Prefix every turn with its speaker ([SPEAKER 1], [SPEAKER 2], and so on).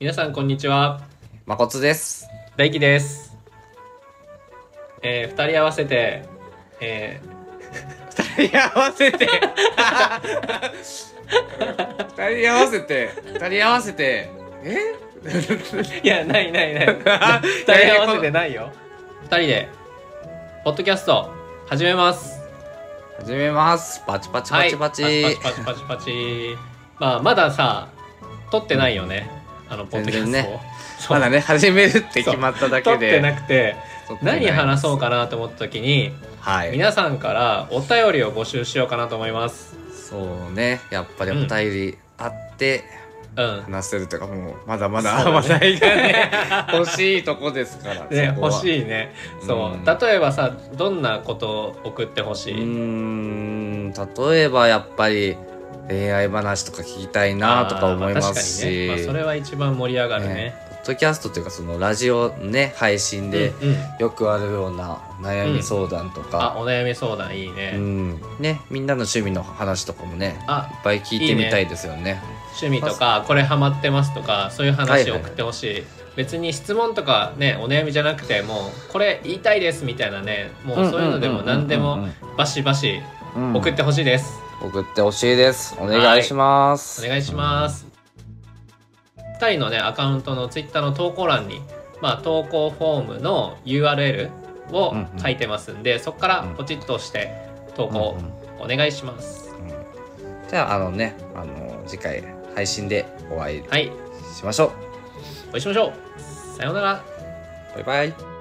[SPEAKER 1] 皆さんこんにちは
[SPEAKER 2] まこつです。
[SPEAKER 1] 大輝ですえー、2人合わせてえ
[SPEAKER 2] 二人合わせ て。二人合わせて。二人合わせて。え
[SPEAKER 1] ー、い やないないない 2人合わせてないよ2人でポッドキャスト始めます
[SPEAKER 2] 始めます。パチパチパチパチ。
[SPEAKER 1] はいパチパチパチパチパチまあまださ撮ってないよねあのポッドキャストを、
[SPEAKER 2] 全然ね
[SPEAKER 1] そう
[SPEAKER 2] まだね、始めるって決まっただ
[SPEAKER 1] 撮
[SPEAKER 2] け
[SPEAKER 1] っ
[SPEAKER 2] で
[SPEAKER 1] て。なくて
[SPEAKER 2] 撮ってない
[SPEAKER 1] 何話そうかなと思った時に
[SPEAKER 2] はい。
[SPEAKER 1] 皆さんからお便りを募集しようかなと思います
[SPEAKER 2] そうね。やっぱりお便りあって
[SPEAKER 1] うん
[SPEAKER 2] 話せるとか、もうまだま
[SPEAKER 1] そ
[SPEAKER 2] だ
[SPEAKER 1] う
[SPEAKER 2] 話
[SPEAKER 1] だ
[SPEAKER 2] 題がね、欲しいとこですから。
[SPEAKER 1] ね
[SPEAKER 2] そこは
[SPEAKER 1] 欲しいねそう、
[SPEAKER 2] うん
[SPEAKER 1] 例えばさどんなことを送ってほし
[SPEAKER 2] う
[SPEAKER 1] い、
[SPEAKER 2] ーん例えばやっぱり恋愛話とか聞きたいなとか思います
[SPEAKER 1] あーま
[SPEAKER 2] し、
[SPEAKER 1] あ確かにね、まあ、それは一番盛り上がるね
[SPEAKER 2] ねポッドキャストというかそのラジオね配信で
[SPEAKER 1] うんうん
[SPEAKER 2] よくあるような悩み相談と
[SPEAKER 1] あ
[SPEAKER 2] か、
[SPEAKER 1] お悩み相談いいね、
[SPEAKER 2] うんねみんなの趣味の話とかもねい
[SPEAKER 1] あ
[SPEAKER 2] っぱい聞いてみたいですよね
[SPEAKER 1] 趣味とかこれハマってますとかそういう話を送ってほしい、別に質問とかねお悩みじゃなくてもうこれ言いたいですみたいなねもうそういうのでも何でもバシバシ
[SPEAKER 2] うん
[SPEAKER 1] 送ってほしいです、
[SPEAKER 2] 送ってほしいですお願いします、
[SPEAKER 1] お願いします2人のねアカウントの Twitter の投稿欄に、まあ、投稿フォームの URL を
[SPEAKER 2] うんうん
[SPEAKER 1] 書いてますんで、そこから
[SPEAKER 2] うん
[SPEAKER 1] ポチッとして投稿お願いします、
[SPEAKER 2] うんうんじゃああのねあの次回配信でお会い
[SPEAKER 1] はい
[SPEAKER 2] しましょう、
[SPEAKER 1] お会いしましょうさようなら
[SPEAKER 2] バイバイ